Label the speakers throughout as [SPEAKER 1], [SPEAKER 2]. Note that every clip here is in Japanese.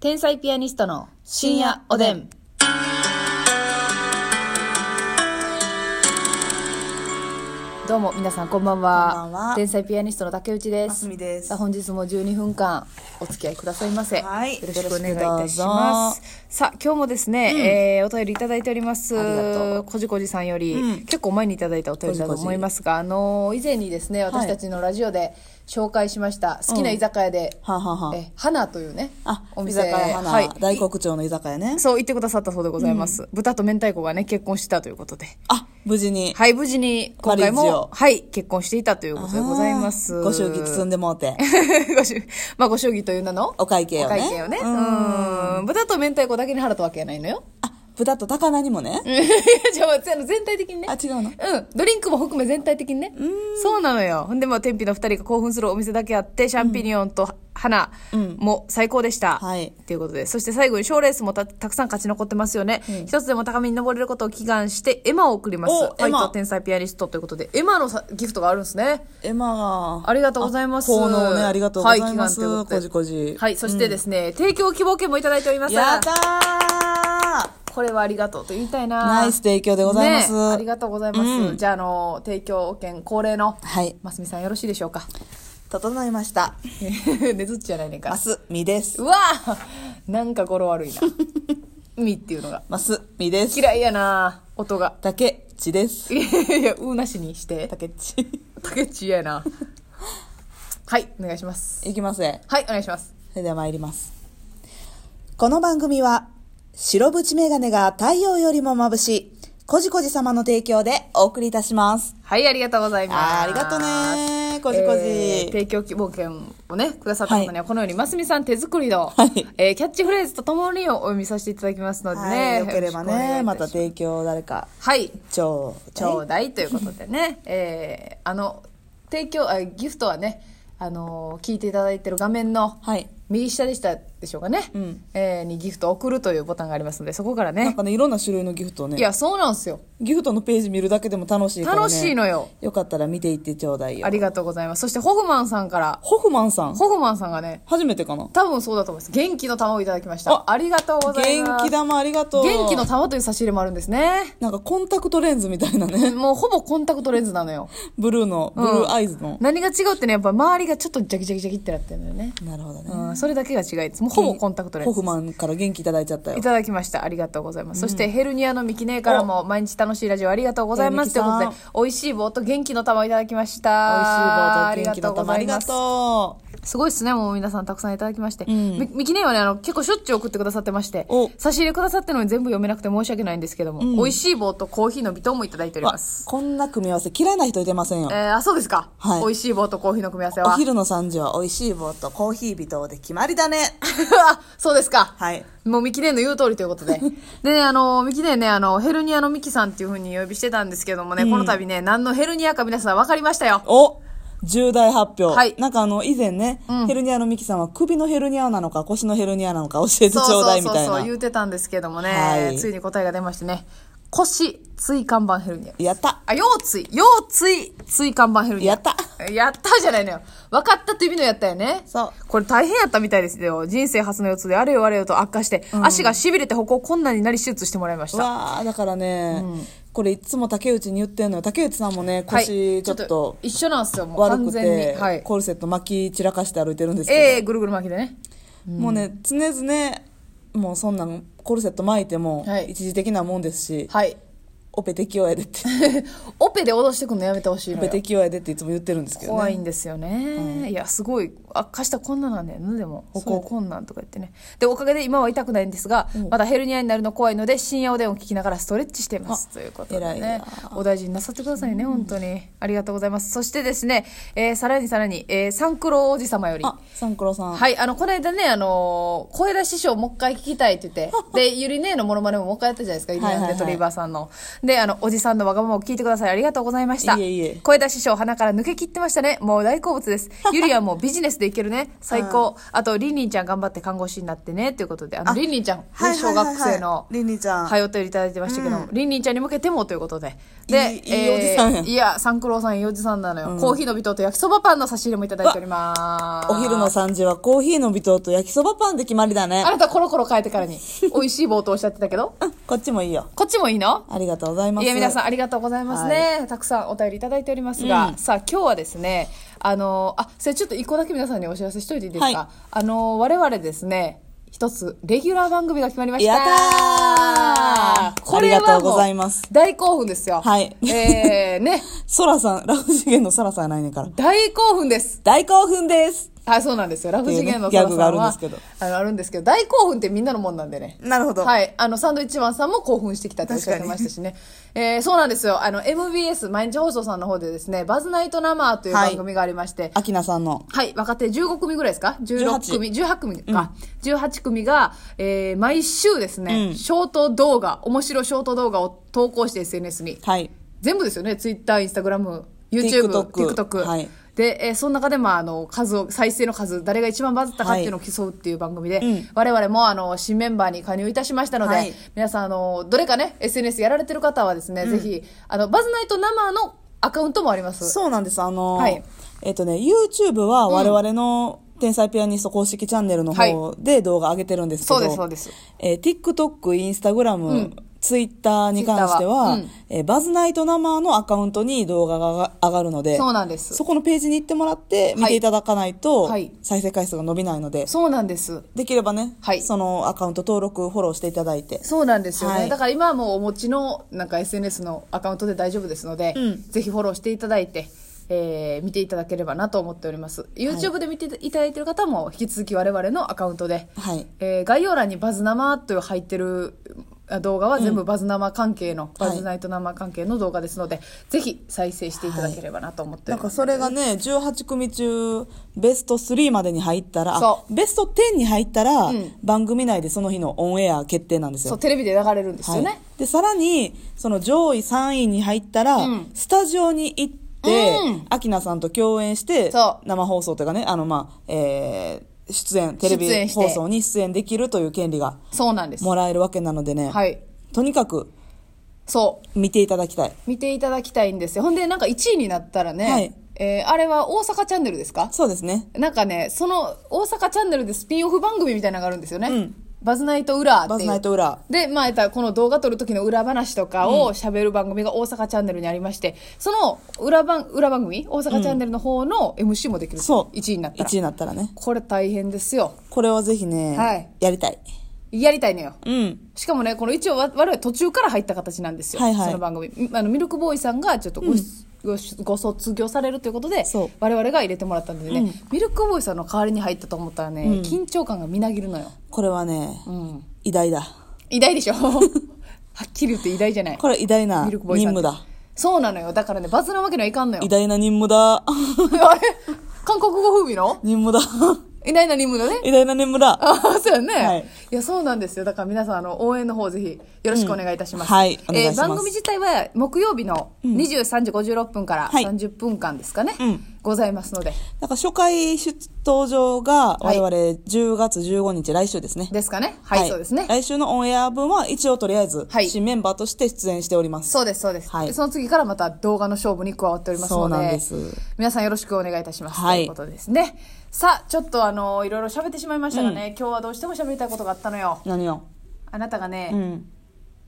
[SPEAKER 1] 天才ピアニストの深夜おでん。どうも皆さんこんばんは。
[SPEAKER 2] こんばんは
[SPEAKER 1] 天才ピアニストの竹内で
[SPEAKER 2] ますす。みです
[SPEAKER 1] さあ本日も12分間お付き合いくださいませ。
[SPEAKER 2] はい
[SPEAKER 1] よろしくお願いいたします。さあ今日もですね、えーお便りいただいております。
[SPEAKER 2] ありがと
[SPEAKER 1] こじこじさんより、
[SPEAKER 2] うん
[SPEAKER 1] 結構前にいただいたお便りだと思いますが、あのー以前にですね私たちのラジオで紹介しました好きな居酒屋で、
[SPEAKER 2] はあはあはあ
[SPEAKER 1] え花というね
[SPEAKER 2] あ、
[SPEAKER 1] お
[SPEAKER 2] 居
[SPEAKER 1] 店
[SPEAKER 2] 酒屋花、
[SPEAKER 1] はい
[SPEAKER 2] 大黒町の居酒屋ね。
[SPEAKER 1] そう言ってくださったそうでございます、豚と明太子がね結婚したということで
[SPEAKER 2] あ、無事に。
[SPEAKER 1] はい無事に今回
[SPEAKER 2] マリッジを
[SPEAKER 1] もはい結婚していたということでございます
[SPEAKER 2] あーご祝儀包んでもうて。
[SPEAKER 1] ご祝儀まあご祝儀という名の
[SPEAKER 2] お会計
[SPEAKER 1] お
[SPEAKER 2] をね。
[SPEAKER 1] 会計をね
[SPEAKER 2] う
[SPEAKER 1] うんん豚と明太子だけに払ったわけやないのよ
[SPEAKER 2] あ、豚と高菜にもね。
[SPEAKER 1] いやじゃああの全体的にね
[SPEAKER 2] あ、違う
[SPEAKER 1] う
[SPEAKER 2] の
[SPEAKER 1] ん、ドリンクも含め全体的にねそうなのよほんでもう天日の2人が興奮するお店だけあってシャンピニオンと花も最高でした、
[SPEAKER 2] はい
[SPEAKER 1] ということでそして最後に賞ーレースもたたくさん勝ち残ってますよね、一つでも高みに登れることを祈願してエマを送ります
[SPEAKER 2] お
[SPEAKER 1] ファイト
[SPEAKER 2] エマ
[SPEAKER 1] 天才ピアニストということでエマのさギフトがあるんですね
[SPEAKER 2] エマが。
[SPEAKER 1] ありがとうございます
[SPEAKER 2] 効能ね、ありがとうございます。
[SPEAKER 1] はい祈願と
[SPEAKER 2] こ
[SPEAKER 1] いう
[SPEAKER 2] じ
[SPEAKER 1] こ
[SPEAKER 2] こじ。
[SPEAKER 1] はいそしてですね、提供希望券もいただいております
[SPEAKER 2] やったー
[SPEAKER 1] これはありがとうと言いたいな
[SPEAKER 2] ナイス提供でございます
[SPEAKER 1] ねありがとうございます、
[SPEAKER 2] うん
[SPEAKER 1] じゃああの提供券恒例の
[SPEAKER 2] はい。
[SPEAKER 1] ますみさんよろしいでしょうか
[SPEAKER 2] 整いました。
[SPEAKER 1] ねずっちじゃないねんから
[SPEAKER 2] マスミです。
[SPEAKER 1] うわーなんか語呂悪いな 「み」っていうのが
[SPEAKER 2] マスミです。
[SPEAKER 1] 嫌いやな音が
[SPEAKER 2] 竹内です。
[SPEAKER 1] いや「う」なしにして
[SPEAKER 2] 竹内。
[SPEAKER 1] 竹内嫌やなはいお願いします
[SPEAKER 2] いきますね。
[SPEAKER 1] はいお願いします
[SPEAKER 2] それでは参ります。この番組は、白縁メガネが太陽よりも眩しい、こじこじ様の提供でお送りいたします。
[SPEAKER 1] はいありがとうございます
[SPEAKER 2] あーありがとうねこじこじ
[SPEAKER 1] えー提供希望券をねくださった方にはこのようにますみさん手作りの、
[SPEAKER 2] はい
[SPEAKER 1] えーキャッチフレーズとともにお読みさせていただきますのでね、
[SPEAKER 2] はい、よければ
[SPEAKER 1] よろしくお願いい
[SPEAKER 2] ね、
[SPEAKER 1] し
[SPEAKER 2] ますた提供誰か、
[SPEAKER 1] はい
[SPEAKER 2] ちょう
[SPEAKER 1] ち
[SPEAKER 2] だい
[SPEAKER 1] ょうだいということでね、えーあの提供あギフトはね、あのー聞いていただいてる画面の
[SPEAKER 2] はい。
[SPEAKER 1] 右下でしたでしょうかね、
[SPEAKER 2] うん
[SPEAKER 1] えーにギフトを送るというボタンがありますのでそこから
[SPEAKER 2] なん
[SPEAKER 1] ね
[SPEAKER 2] かね、いろんな種類のギフトを
[SPEAKER 1] い
[SPEAKER 2] ね、
[SPEAKER 1] やそうなんですよ
[SPEAKER 2] ギフトのページ見るだけでも楽しいからね。
[SPEAKER 1] 楽しいのよ。
[SPEAKER 2] よかったら見ていってちょうだいよ
[SPEAKER 1] あ。りがとうございますそしてホフマンさんから
[SPEAKER 2] ホフマンさん、
[SPEAKER 1] ホフマンさんがね
[SPEAKER 2] 初めてかな
[SPEAKER 1] 多分そうだと思います元気の玉をいただきましたあ
[SPEAKER 2] あ
[SPEAKER 1] りがとうございま
[SPEAKER 2] 元
[SPEAKER 1] す
[SPEAKER 2] 気玉ありがとう。
[SPEAKER 1] 元気の玉という差し入れもあるんですね
[SPEAKER 2] なんかコンタクトレンズみたいなね、
[SPEAKER 1] もうほぼコンタクトレンズなのよ
[SPEAKER 2] ブルーの、ブルーアイズの。
[SPEAKER 1] 何が違うってねやっぱ周りがちょっとジャキジャキジャキってなってるのよね
[SPEAKER 2] なるほどね。
[SPEAKER 1] うん、それだけが違いです。もうほぼコンタクトレン
[SPEAKER 2] ホ
[SPEAKER 1] ズ
[SPEAKER 2] フ。マンから元気いただいちゃったよ
[SPEAKER 1] い。ただきました。ありがとうございます。そして、ヘルニアのミキ姉からも、毎日楽しいラジオありがとうございます。と
[SPEAKER 2] え
[SPEAKER 1] いう
[SPEAKER 2] ーミキさん
[SPEAKER 1] ことで、美味しい棒と元気の玉をいただきました。
[SPEAKER 2] 美味しい棒と元気の玉ありが
[SPEAKER 1] うございま
[SPEAKER 2] とう。
[SPEAKER 1] す。すごいですね、もう皆さんたくさんいただきまして。
[SPEAKER 2] ん
[SPEAKER 1] みミキ姉はね、あの、結構しょっちゅう送ってくださってまして
[SPEAKER 2] お、
[SPEAKER 1] 差し入れくださってるのに全部読めなくて申し訳ないんですけども、美味しい棒とコーヒーの微糖もいただいております。
[SPEAKER 2] こんな組み合わせ嫌いな人いてませんよ
[SPEAKER 1] え。ー、あ、そうですか。
[SPEAKER 2] はい
[SPEAKER 1] 美味しい棒とコーヒーの組み合わせ
[SPEAKER 2] お
[SPEAKER 1] は。
[SPEAKER 2] 昼の3時は美味しい棒とコーヒー微糖で決まりだね。
[SPEAKER 1] あそうですか。
[SPEAKER 2] はい。
[SPEAKER 1] もうミキネの言う通りという ことで。でね、あの、ミキネね、あの、ヘルニアのミキさんっていうふうにお呼びしてたんですけどもね、この度ね、何のヘルニアか皆さん分かりましたよ。
[SPEAKER 2] お重大発表。
[SPEAKER 1] はい
[SPEAKER 2] なんかあの、以前ね、ヘルニアのミキさんは首のヘルニアなのか腰のヘルニアなのか教えてち
[SPEAKER 1] そう
[SPEAKER 2] ょう
[SPEAKER 1] そ
[SPEAKER 2] だ
[SPEAKER 1] う
[SPEAKER 2] いみ
[SPEAKER 1] そう
[SPEAKER 2] たい
[SPEAKER 1] そう、言
[SPEAKER 2] な。
[SPEAKER 1] うてたんですけどもね、
[SPEAKER 2] はい
[SPEAKER 1] ついに答えが出ましてね、腰椎間板ヘルニア。
[SPEAKER 2] やった
[SPEAKER 1] あ、腰椎、腰椎、椎間板ヘルニア。
[SPEAKER 2] やった
[SPEAKER 1] やったじゃないのよ。分かったという意味のやったよね。
[SPEAKER 2] そう
[SPEAKER 1] これ大変やったみたいですよ。人生初の腰痛であれよあれよと悪化して、足が痺れて歩行困難になり手術してもらいました。
[SPEAKER 2] わあだからね、これいつも竹内に言ってんのよ。竹内さんもね、
[SPEAKER 1] はい
[SPEAKER 2] 腰ちょっと
[SPEAKER 1] 一緒なんですよ、もう
[SPEAKER 2] 悪
[SPEAKER 1] 完
[SPEAKER 2] く
[SPEAKER 1] 全
[SPEAKER 2] て
[SPEAKER 1] に。、はい。
[SPEAKER 2] コルセット巻き散らかして歩いてるんですけど。
[SPEAKER 1] ええぐるぐる巻きでね。
[SPEAKER 2] もうね常々もうそんなんコルセット巻いても
[SPEAKER 1] はい
[SPEAKER 2] 一時的なもんですし、
[SPEAKER 1] はい。
[SPEAKER 2] オペ適用やでって
[SPEAKER 1] オペで脅してくんのやめてほしい
[SPEAKER 2] オ
[SPEAKER 1] の
[SPEAKER 2] ペ
[SPEAKER 1] よ。
[SPEAKER 2] 適用やでっていつも言ってるんですけど
[SPEAKER 1] 怖
[SPEAKER 2] ね
[SPEAKER 1] いんですよね。いや、すごい。悪化したらこんななんだよね、でも。歩行困難とか言ってね。で、おかげで今は痛くないんですが、まだヘルニアになるの怖いので、深夜おでんを聞きながらストレッチしています。ということで
[SPEAKER 2] 偉い
[SPEAKER 1] ね
[SPEAKER 2] な。
[SPEAKER 1] お大事になさってくださいね、本当に。ありがとうございます。そしてですね、えーさらにさらに、えーサンクロおじ様より。
[SPEAKER 2] あサンクロさん、
[SPEAKER 1] はい、あの、この間ね、あのー、 声出し師匠もう一回聞きたいって言って、で、ゆり姉のモノマネももう一回やったじゃないですか、ゆり姉
[SPEAKER 2] はいはいはい
[SPEAKER 1] トリバーさんの。で、あの、おじさんのわがままを聞いてください。ありがとうございました。
[SPEAKER 2] いえいえ
[SPEAKER 1] 声出し師匠、鼻から抜け切ってましたね。もう大好物 です。ゆりはもうビジネスでいけるね。最高。あと、りんりんちゃん頑張って看護師になってね。ということで、あの、
[SPEAKER 2] あ
[SPEAKER 1] りんりんちゃん、ね
[SPEAKER 2] はいはいは
[SPEAKER 1] 小
[SPEAKER 2] いはい
[SPEAKER 1] 学生の、
[SPEAKER 2] りんりんちゃん
[SPEAKER 1] はい、お便りいただいてましたけども、りんりんちゃんに向けてもということで。
[SPEAKER 2] いいいいおじさんや
[SPEAKER 1] いや、三九郎さんいいおじさんなのよ。コーヒーの微糖と焼きそばパンの差し入れもいただいております。
[SPEAKER 2] お昼の3時はコーヒーの微糖と焼きそばパンで決まりだね
[SPEAKER 1] あ。なたコロコロ変えて からに、美味しい冒頭おっしゃってたけど、
[SPEAKER 2] こっちもいいよ。
[SPEAKER 1] こっちもいいの
[SPEAKER 2] ありがとうございます。
[SPEAKER 1] いや皆さんありがとうございますね、たくさんお便りいただいておりますが、さあ今日はですねあのあそれちょっと一個だけ皆さんにお知らせしといていいですか、
[SPEAKER 2] はい
[SPEAKER 1] あの我々ですね一つレギュラー番組が決まりました
[SPEAKER 2] やったー
[SPEAKER 1] これはも
[SPEAKER 2] ありがとうございます
[SPEAKER 1] 大興奮ですよ
[SPEAKER 2] はい
[SPEAKER 1] えー、ね
[SPEAKER 2] ソラさん、ラフ次元のソラさんやないねんから。
[SPEAKER 1] 大興奮です
[SPEAKER 2] 大興奮です
[SPEAKER 1] あそうなんですよラフ次元の
[SPEAKER 2] っていう
[SPEAKER 1] 寅さんは
[SPEAKER 2] ねギャグがあるんです
[SPEAKER 1] あのあるんですけど大興奮ってみんなのもんなんでね
[SPEAKER 2] なるほど
[SPEAKER 1] はいあのサンドイッチマンさんも興奮してきたっておっしゃってましたしね、えーそうなんですよあの MBS 毎日放送さんの方でですね「バズナイト生」という番組がありまして、
[SPEAKER 2] アキナさんの。
[SPEAKER 1] はい、若手15組ぐらいですか ?16 組、18組か。18組が、えー毎週ですね、
[SPEAKER 2] うん
[SPEAKER 1] ショート動画、面白ショート動画を投稿して SNS に。
[SPEAKER 2] はい。
[SPEAKER 1] 全部ですよね。ツイッター、インスタグラム、YouTube、
[SPEAKER 2] TikTok
[SPEAKER 1] TikTok。
[SPEAKER 2] はい
[SPEAKER 1] で、えーその中で、まあ、あの、数を、再生の数、誰が一番バズったかっていうのを競うっていう番組で、
[SPEAKER 2] うん
[SPEAKER 1] 我々も、あの、新メンバーに加入いたしましたので、
[SPEAKER 2] はい
[SPEAKER 1] 皆さん、あの、どれかね、SNS やられてる方はですね、ぜひ、あの、バズナイト生のアカウントもあります。
[SPEAKER 2] そうなんです。あのー、
[SPEAKER 1] はい
[SPEAKER 2] えっ、とね、YouTube は我々の天才ピアニスト公式チャンネルの方で動画上げてるんですけど、
[SPEAKER 1] そうです、そうです。
[SPEAKER 2] えー TikTok、Instagram、
[SPEAKER 1] ん
[SPEAKER 2] Twitter に関して
[SPEAKER 1] Twitter は
[SPEAKER 2] は、
[SPEAKER 1] うん
[SPEAKER 2] えーバズナイト生のアカウントに動画が上がるので、
[SPEAKER 1] そうなんです
[SPEAKER 2] そこのページに行ってもらって見ていただかないと、
[SPEAKER 1] はい
[SPEAKER 2] 再生回数が伸びないので、
[SPEAKER 1] そうなんです。
[SPEAKER 2] できればね、
[SPEAKER 1] はい
[SPEAKER 2] そのアカウント登録、フォローしていただいて。
[SPEAKER 1] そうなんですよね、
[SPEAKER 2] はい
[SPEAKER 1] だから今はもうお持ちのなんか SNS のアカウントで大丈夫ですので、
[SPEAKER 2] うん
[SPEAKER 1] ぜひフォローしていただいて、えー見ていただければなと思っております YouTube で見ていただいてる方も引き続き我々のアカウントで、
[SPEAKER 2] はい
[SPEAKER 1] えー概要欄に「バズ生」という入ってるあ動画は全部バズ生関係の、バズナイト生関係の動画ですので、ぜひ再生していただければなと思ってお
[SPEAKER 2] なん
[SPEAKER 1] りま
[SPEAKER 2] か
[SPEAKER 1] す、
[SPEAKER 2] それがね、18組中、ベスト3までに入ったら、あ
[SPEAKER 1] そ
[SPEAKER 2] ベスト10に入ったら、
[SPEAKER 1] ん
[SPEAKER 2] 番組内でその日のオンエア決定なんです
[SPEAKER 1] そ
[SPEAKER 2] よ
[SPEAKER 1] う。テレビで流れるんですよね、
[SPEAKER 2] はいで、さらに、その上位3位に入ったら、
[SPEAKER 1] うん
[SPEAKER 2] スタジオに行って
[SPEAKER 1] うん、
[SPEAKER 2] アキナさんと共演して、
[SPEAKER 1] そ
[SPEAKER 2] 生放送というかね、あの、まあ、えー出演、テレ
[SPEAKER 1] 出
[SPEAKER 2] ビ
[SPEAKER 1] 演して
[SPEAKER 2] 放送に出演できるという権利が
[SPEAKER 1] そうなんです
[SPEAKER 2] もらえるわけなのでね、
[SPEAKER 1] はい
[SPEAKER 2] とにかく
[SPEAKER 1] そう
[SPEAKER 2] 見ていただきたい。
[SPEAKER 1] 見ていただきたいんですよほんでなんか1位になったらね、
[SPEAKER 2] はい
[SPEAKER 1] えーあれは大阪チャンネルですか
[SPEAKER 2] そうですね。
[SPEAKER 1] なんかねその大阪チャンネルでスピンオフ番組みたいなのがあるんですよね、
[SPEAKER 2] うん
[SPEAKER 1] バズナイト裏っていう
[SPEAKER 2] バズナイト裏。
[SPEAKER 1] で、まあ、言ったらこの動画撮る時の裏話とかを喋る番組が大阪チャンネルにありまして、その裏番裏番組大阪チャンネルの方の MC もできる、
[SPEAKER 2] そう。
[SPEAKER 1] 1位になったら
[SPEAKER 2] 1位になったらね。
[SPEAKER 1] これ大変ですよ
[SPEAKER 2] これはぜひね、
[SPEAKER 1] はい
[SPEAKER 2] やりたい。
[SPEAKER 1] やりたいのよ
[SPEAKER 2] うん。
[SPEAKER 1] しかもねこの一応わ我々途中から入った形なんですよ、
[SPEAKER 2] はいはい
[SPEAKER 1] その番組みあのミルクボーイさんがちょっとご,、ごご卒業されるということで
[SPEAKER 2] そう
[SPEAKER 1] 我々が入れてもらったんでね、ミルクボーイさんの代わりに入ったと思ったらね、緊張感がみなぎるのよ、
[SPEAKER 2] これはね、
[SPEAKER 1] うん、
[SPEAKER 2] 偉大だ。
[SPEAKER 1] 偉大で しょはっきり言って偉大じゃない
[SPEAKER 2] これ偉大な
[SPEAKER 1] ミ
[SPEAKER 2] 任
[SPEAKER 1] ルクボーイさん
[SPEAKER 2] 務だ。
[SPEAKER 1] そうなのよだからねバズなわけにはいかんのよ
[SPEAKER 2] 偉大な任務だ。
[SPEAKER 1] あれ韓国語風味の
[SPEAKER 2] 任務だ。
[SPEAKER 1] 偉大な任務だね
[SPEAKER 2] 偉大な任務だ。
[SPEAKER 1] ああそうやね、
[SPEAKER 2] はい
[SPEAKER 1] い、やそうなんですよだから皆さんあの応援の方ぜひよろしくお願いいたします、
[SPEAKER 2] うんはいお願い
[SPEAKER 1] え
[SPEAKER 2] しま
[SPEAKER 1] ー
[SPEAKER 2] す
[SPEAKER 1] 番組自体は木曜日の23時56分から
[SPEAKER 2] はい
[SPEAKER 1] 30分間ですかね、
[SPEAKER 2] うん
[SPEAKER 1] ございますので
[SPEAKER 2] なんか初回出登場が我
[SPEAKER 1] はい
[SPEAKER 2] 々10月15日、来週ですね。
[SPEAKER 1] ですかねはい、そうですね
[SPEAKER 2] 来週のオンエア分は一応とりあえず
[SPEAKER 1] はい
[SPEAKER 2] 新メンバーとして出演しております。
[SPEAKER 1] そうですそうです、
[SPEAKER 2] はい
[SPEAKER 1] その次からまた動画の勝負に加わっております
[SPEAKER 2] そう
[SPEAKER 1] の
[SPEAKER 2] なん
[SPEAKER 1] で
[SPEAKER 2] です
[SPEAKER 1] 皆さんよろしくお願いいたします、
[SPEAKER 2] はい
[SPEAKER 1] ということですねさあちょっとあのいろいろ喋ってしまいましたがね、今日はどうしても喋りたいことがあったのよ
[SPEAKER 2] 何を
[SPEAKER 1] あなたがね、
[SPEAKER 2] うん。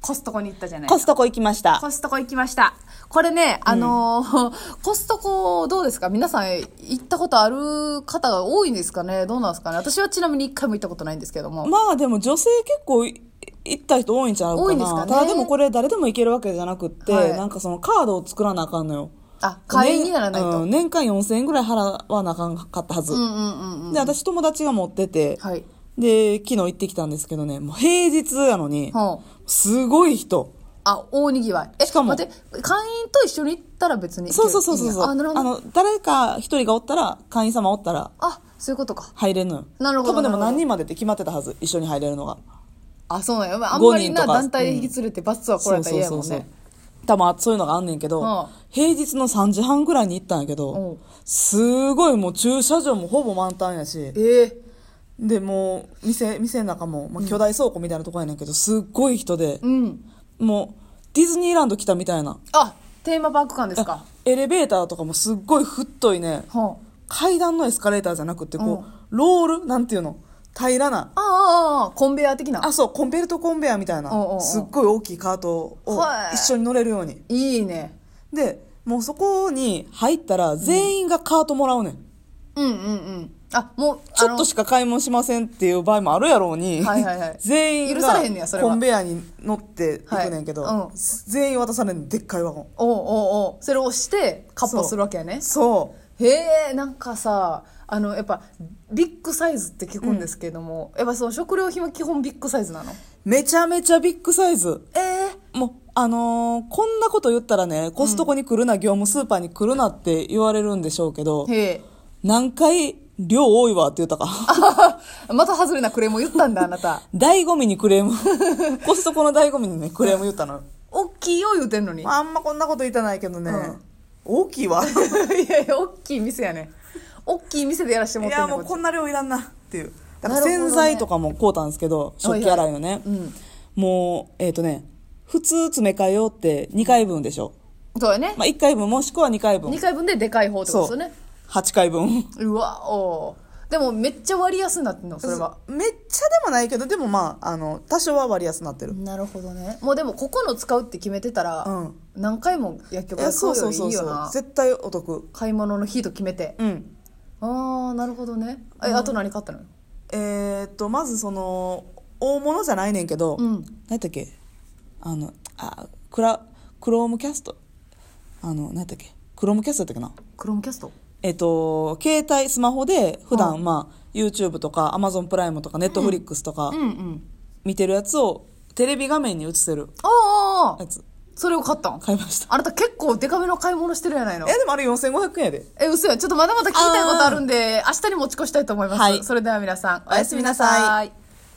[SPEAKER 1] コストコに行ったじゃない
[SPEAKER 2] コストコ行きました。
[SPEAKER 1] コストコ行きました。これね、あのーコストコどうですか皆さん行ったことある方が多いんですかねどうなんですかね私はちなみに一回も行ったことないんですけども。
[SPEAKER 2] まあでも女性結構い行った人多いんちゃうかな。
[SPEAKER 1] 多いんですかね
[SPEAKER 2] ただでもこれ誰でも行けるわけじゃなくって、
[SPEAKER 1] はい
[SPEAKER 2] なんかそのカードを作らなあかんのよ。
[SPEAKER 1] あ、会員にならないと。
[SPEAKER 2] うん年間4000円ぐらい払わなあかんかったはず。
[SPEAKER 1] うんうんうんうん。
[SPEAKER 2] で、私友達が持ってて、
[SPEAKER 1] はい。
[SPEAKER 2] で、昨日行ってきたんですけどね、もう平日やのに、
[SPEAKER 1] ほう
[SPEAKER 2] すごい人。
[SPEAKER 1] あ、大にぎわい。え、
[SPEAKER 2] しかも
[SPEAKER 1] 待って、会員と一緒に行ったら別に行け
[SPEAKER 2] そう
[SPEAKER 1] る。
[SPEAKER 2] そうそうそうそう。
[SPEAKER 1] あ、なるほど。あ
[SPEAKER 2] の、誰か一人がおったら、会員様おったら
[SPEAKER 1] そういうことか。
[SPEAKER 2] 入れんのよ。
[SPEAKER 1] なるほど
[SPEAKER 2] 多分でも
[SPEAKER 1] なるほど
[SPEAKER 2] 何人までって決まってたはず、一緒に入れるのが。
[SPEAKER 1] あ、そうなんや。まああんまり
[SPEAKER 2] 五人
[SPEAKER 1] な、
[SPEAKER 2] とか
[SPEAKER 1] 団体で引き連れてバツは来られたら嫌やもん
[SPEAKER 2] そうそうそう
[SPEAKER 1] ね。
[SPEAKER 2] たまそういうのがあんねんけど、
[SPEAKER 1] うん
[SPEAKER 2] 平日の3時半ぐらいに行ったんやけど、
[SPEAKER 1] うん
[SPEAKER 2] すごいもう駐車場もほぼ満タンやし、
[SPEAKER 1] ええ
[SPEAKER 2] で、もう店、店の中も、まあ、巨大倉庫みたいなとこやねんけど、すっごい人で、
[SPEAKER 1] うん。
[SPEAKER 2] もうディズニーランド来たみたいな。
[SPEAKER 1] あ、テーマパーク館ですか。
[SPEAKER 2] エレベーターとかもすっごい太いね、
[SPEAKER 1] は
[SPEAKER 2] 階段のエスカレーターじゃなくて、こ
[SPEAKER 1] う
[SPEAKER 2] う、ロールなんていうの平らな。
[SPEAKER 1] あ、ああああ、コンベヤー的な。
[SPEAKER 2] あ、そう、コンベルトコンベアみたいな
[SPEAKER 1] おうおうお、う
[SPEAKER 2] すっごい大きいカートを
[SPEAKER 1] はい
[SPEAKER 2] 一緒に乗れるように。
[SPEAKER 1] いいね。
[SPEAKER 2] で、もうそこに入ったら全員がカートもらうねん。
[SPEAKER 1] うんうんうん。あ、もう、
[SPEAKER 2] ちょっと
[SPEAKER 1] し
[SPEAKER 2] しか買い物しませんっていう場合もあるやろうに、
[SPEAKER 1] はいはいはい
[SPEAKER 2] 全員
[SPEAKER 1] 許さ
[SPEAKER 2] が
[SPEAKER 1] れへんねやそれは
[SPEAKER 2] コンベアに乗っていくねんけど、
[SPEAKER 1] はいうん
[SPEAKER 2] 全員渡されんねんでっかいワゴン。
[SPEAKER 1] おうおうおうそれを押して、カッパするわけやね。
[SPEAKER 2] そう。
[SPEAKER 1] へえ、なんかさ、あの、やっぱ、ビッグサイズって聞くんですけれども、やっぱその食料品は基本ビッグサイズなの
[SPEAKER 2] めちゃめちゃビッグサイズ。
[SPEAKER 1] ええ
[SPEAKER 2] もう、あのーこんなこと言ったらね、コストコに来るな、業務スーパーに来るなって言われるんでしょうけど、
[SPEAKER 1] へえ。
[SPEAKER 2] 何回量多いわって言ったか。
[SPEAKER 1] また外れなクレームを言ったんだ、あなた。
[SPEAKER 2] 醍醐味にクレーム。 コストコの醍醐味にね、クレーム言ったの。
[SPEAKER 1] 大 きいよ言うてんのに。
[SPEAKER 2] まあ、あんまこんなこと言ってないけどね、
[SPEAKER 1] うん
[SPEAKER 2] 大き いわ。い
[SPEAKER 1] いやいや、大きい店やね。大きい店でやらしてもらって
[SPEAKER 2] や、
[SPEAKER 1] んね
[SPEAKER 2] もうこんな量いらんなっていう。だか
[SPEAKER 1] な
[SPEAKER 2] ら
[SPEAKER 1] るほどね
[SPEAKER 2] 洗剤とかも買うたんですけど、食器洗いのね。
[SPEAKER 1] うん。
[SPEAKER 2] もう、えっ、とね、普通詰め替えようって2回分でしょ。
[SPEAKER 1] そうやね。
[SPEAKER 2] まあ、1回分もしくは2回分。
[SPEAKER 1] 2回分ででかい方ってことですよね。
[SPEAKER 2] 8回分。
[SPEAKER 1] うわおうでもめっちゃ割安になってんのそれは
[SPEAKER 2] めっちゃでもないけどでもまああの多少は割安になってる、
[SPEAKER 1] なるほどねもうでもここの使うって決めてたら、
[SPEAKER 2] うん
[SPEAKER 1] 何回も薬局で
[SPEAKER 2] いや
[SPEAKER 1] 買
[SPEAKER 2] そううそ
[SPEAKER 1] よ
[SPEAKER 2] う
[SPEAKER 1] り
[SPEAKER 2] そ
[SPEAKER 1] いういよ
[SPEAKER 2] そ
[SPEAKER 1] な
[SPEAKER 2] う絶対お得
[SPEAKER 1] 買い物の日と決めて
[SPEAKER 2] うん
[SPEAKER 1] ああなるほどねえ、あと何買ったの
[SPEAKER 2] えー、っとまずその大物じゃないねんけど、
[SPEAKER 1] うん
[SPEAKER 2] 何やったっけあのあクラクロームキャストあの何やったっけクロームキャストやったっけな
[SPEAKER 1] クロームキャスト
[SPEAKER 2] えっと携帯スマホで普段、
[SPEAKER 1] う
[SPEAKER 2] まあ YouTube とか Amazon プライムとか Netflix とか
[SPEAKER 1] うんうん
[SPEAKER 2] 見てるやつをテレビ画面に映せる
[SPEAKER 1] あああ
[SPEAKER 2] や
[SPEAKER 1] あ
[SPEAKER 2] つ
[SPEAKER 1] それを買ったん
[SPEAKER 2] 買いました
[SPEAKER 1] あなた結構デカめの買い物してるやないの
[SPEAKER 2] えでもあれ4500円やで
[SPEAKER 1] え嘘やちょっとまだまだ聞きたいことあるんで明日に持ち越したいと思います、
[SPEAKER 2] はい
[SPEAKER 1] それでは皆さん
[SPEAKER 2] おやすみなさい
[SPEAKER 1] い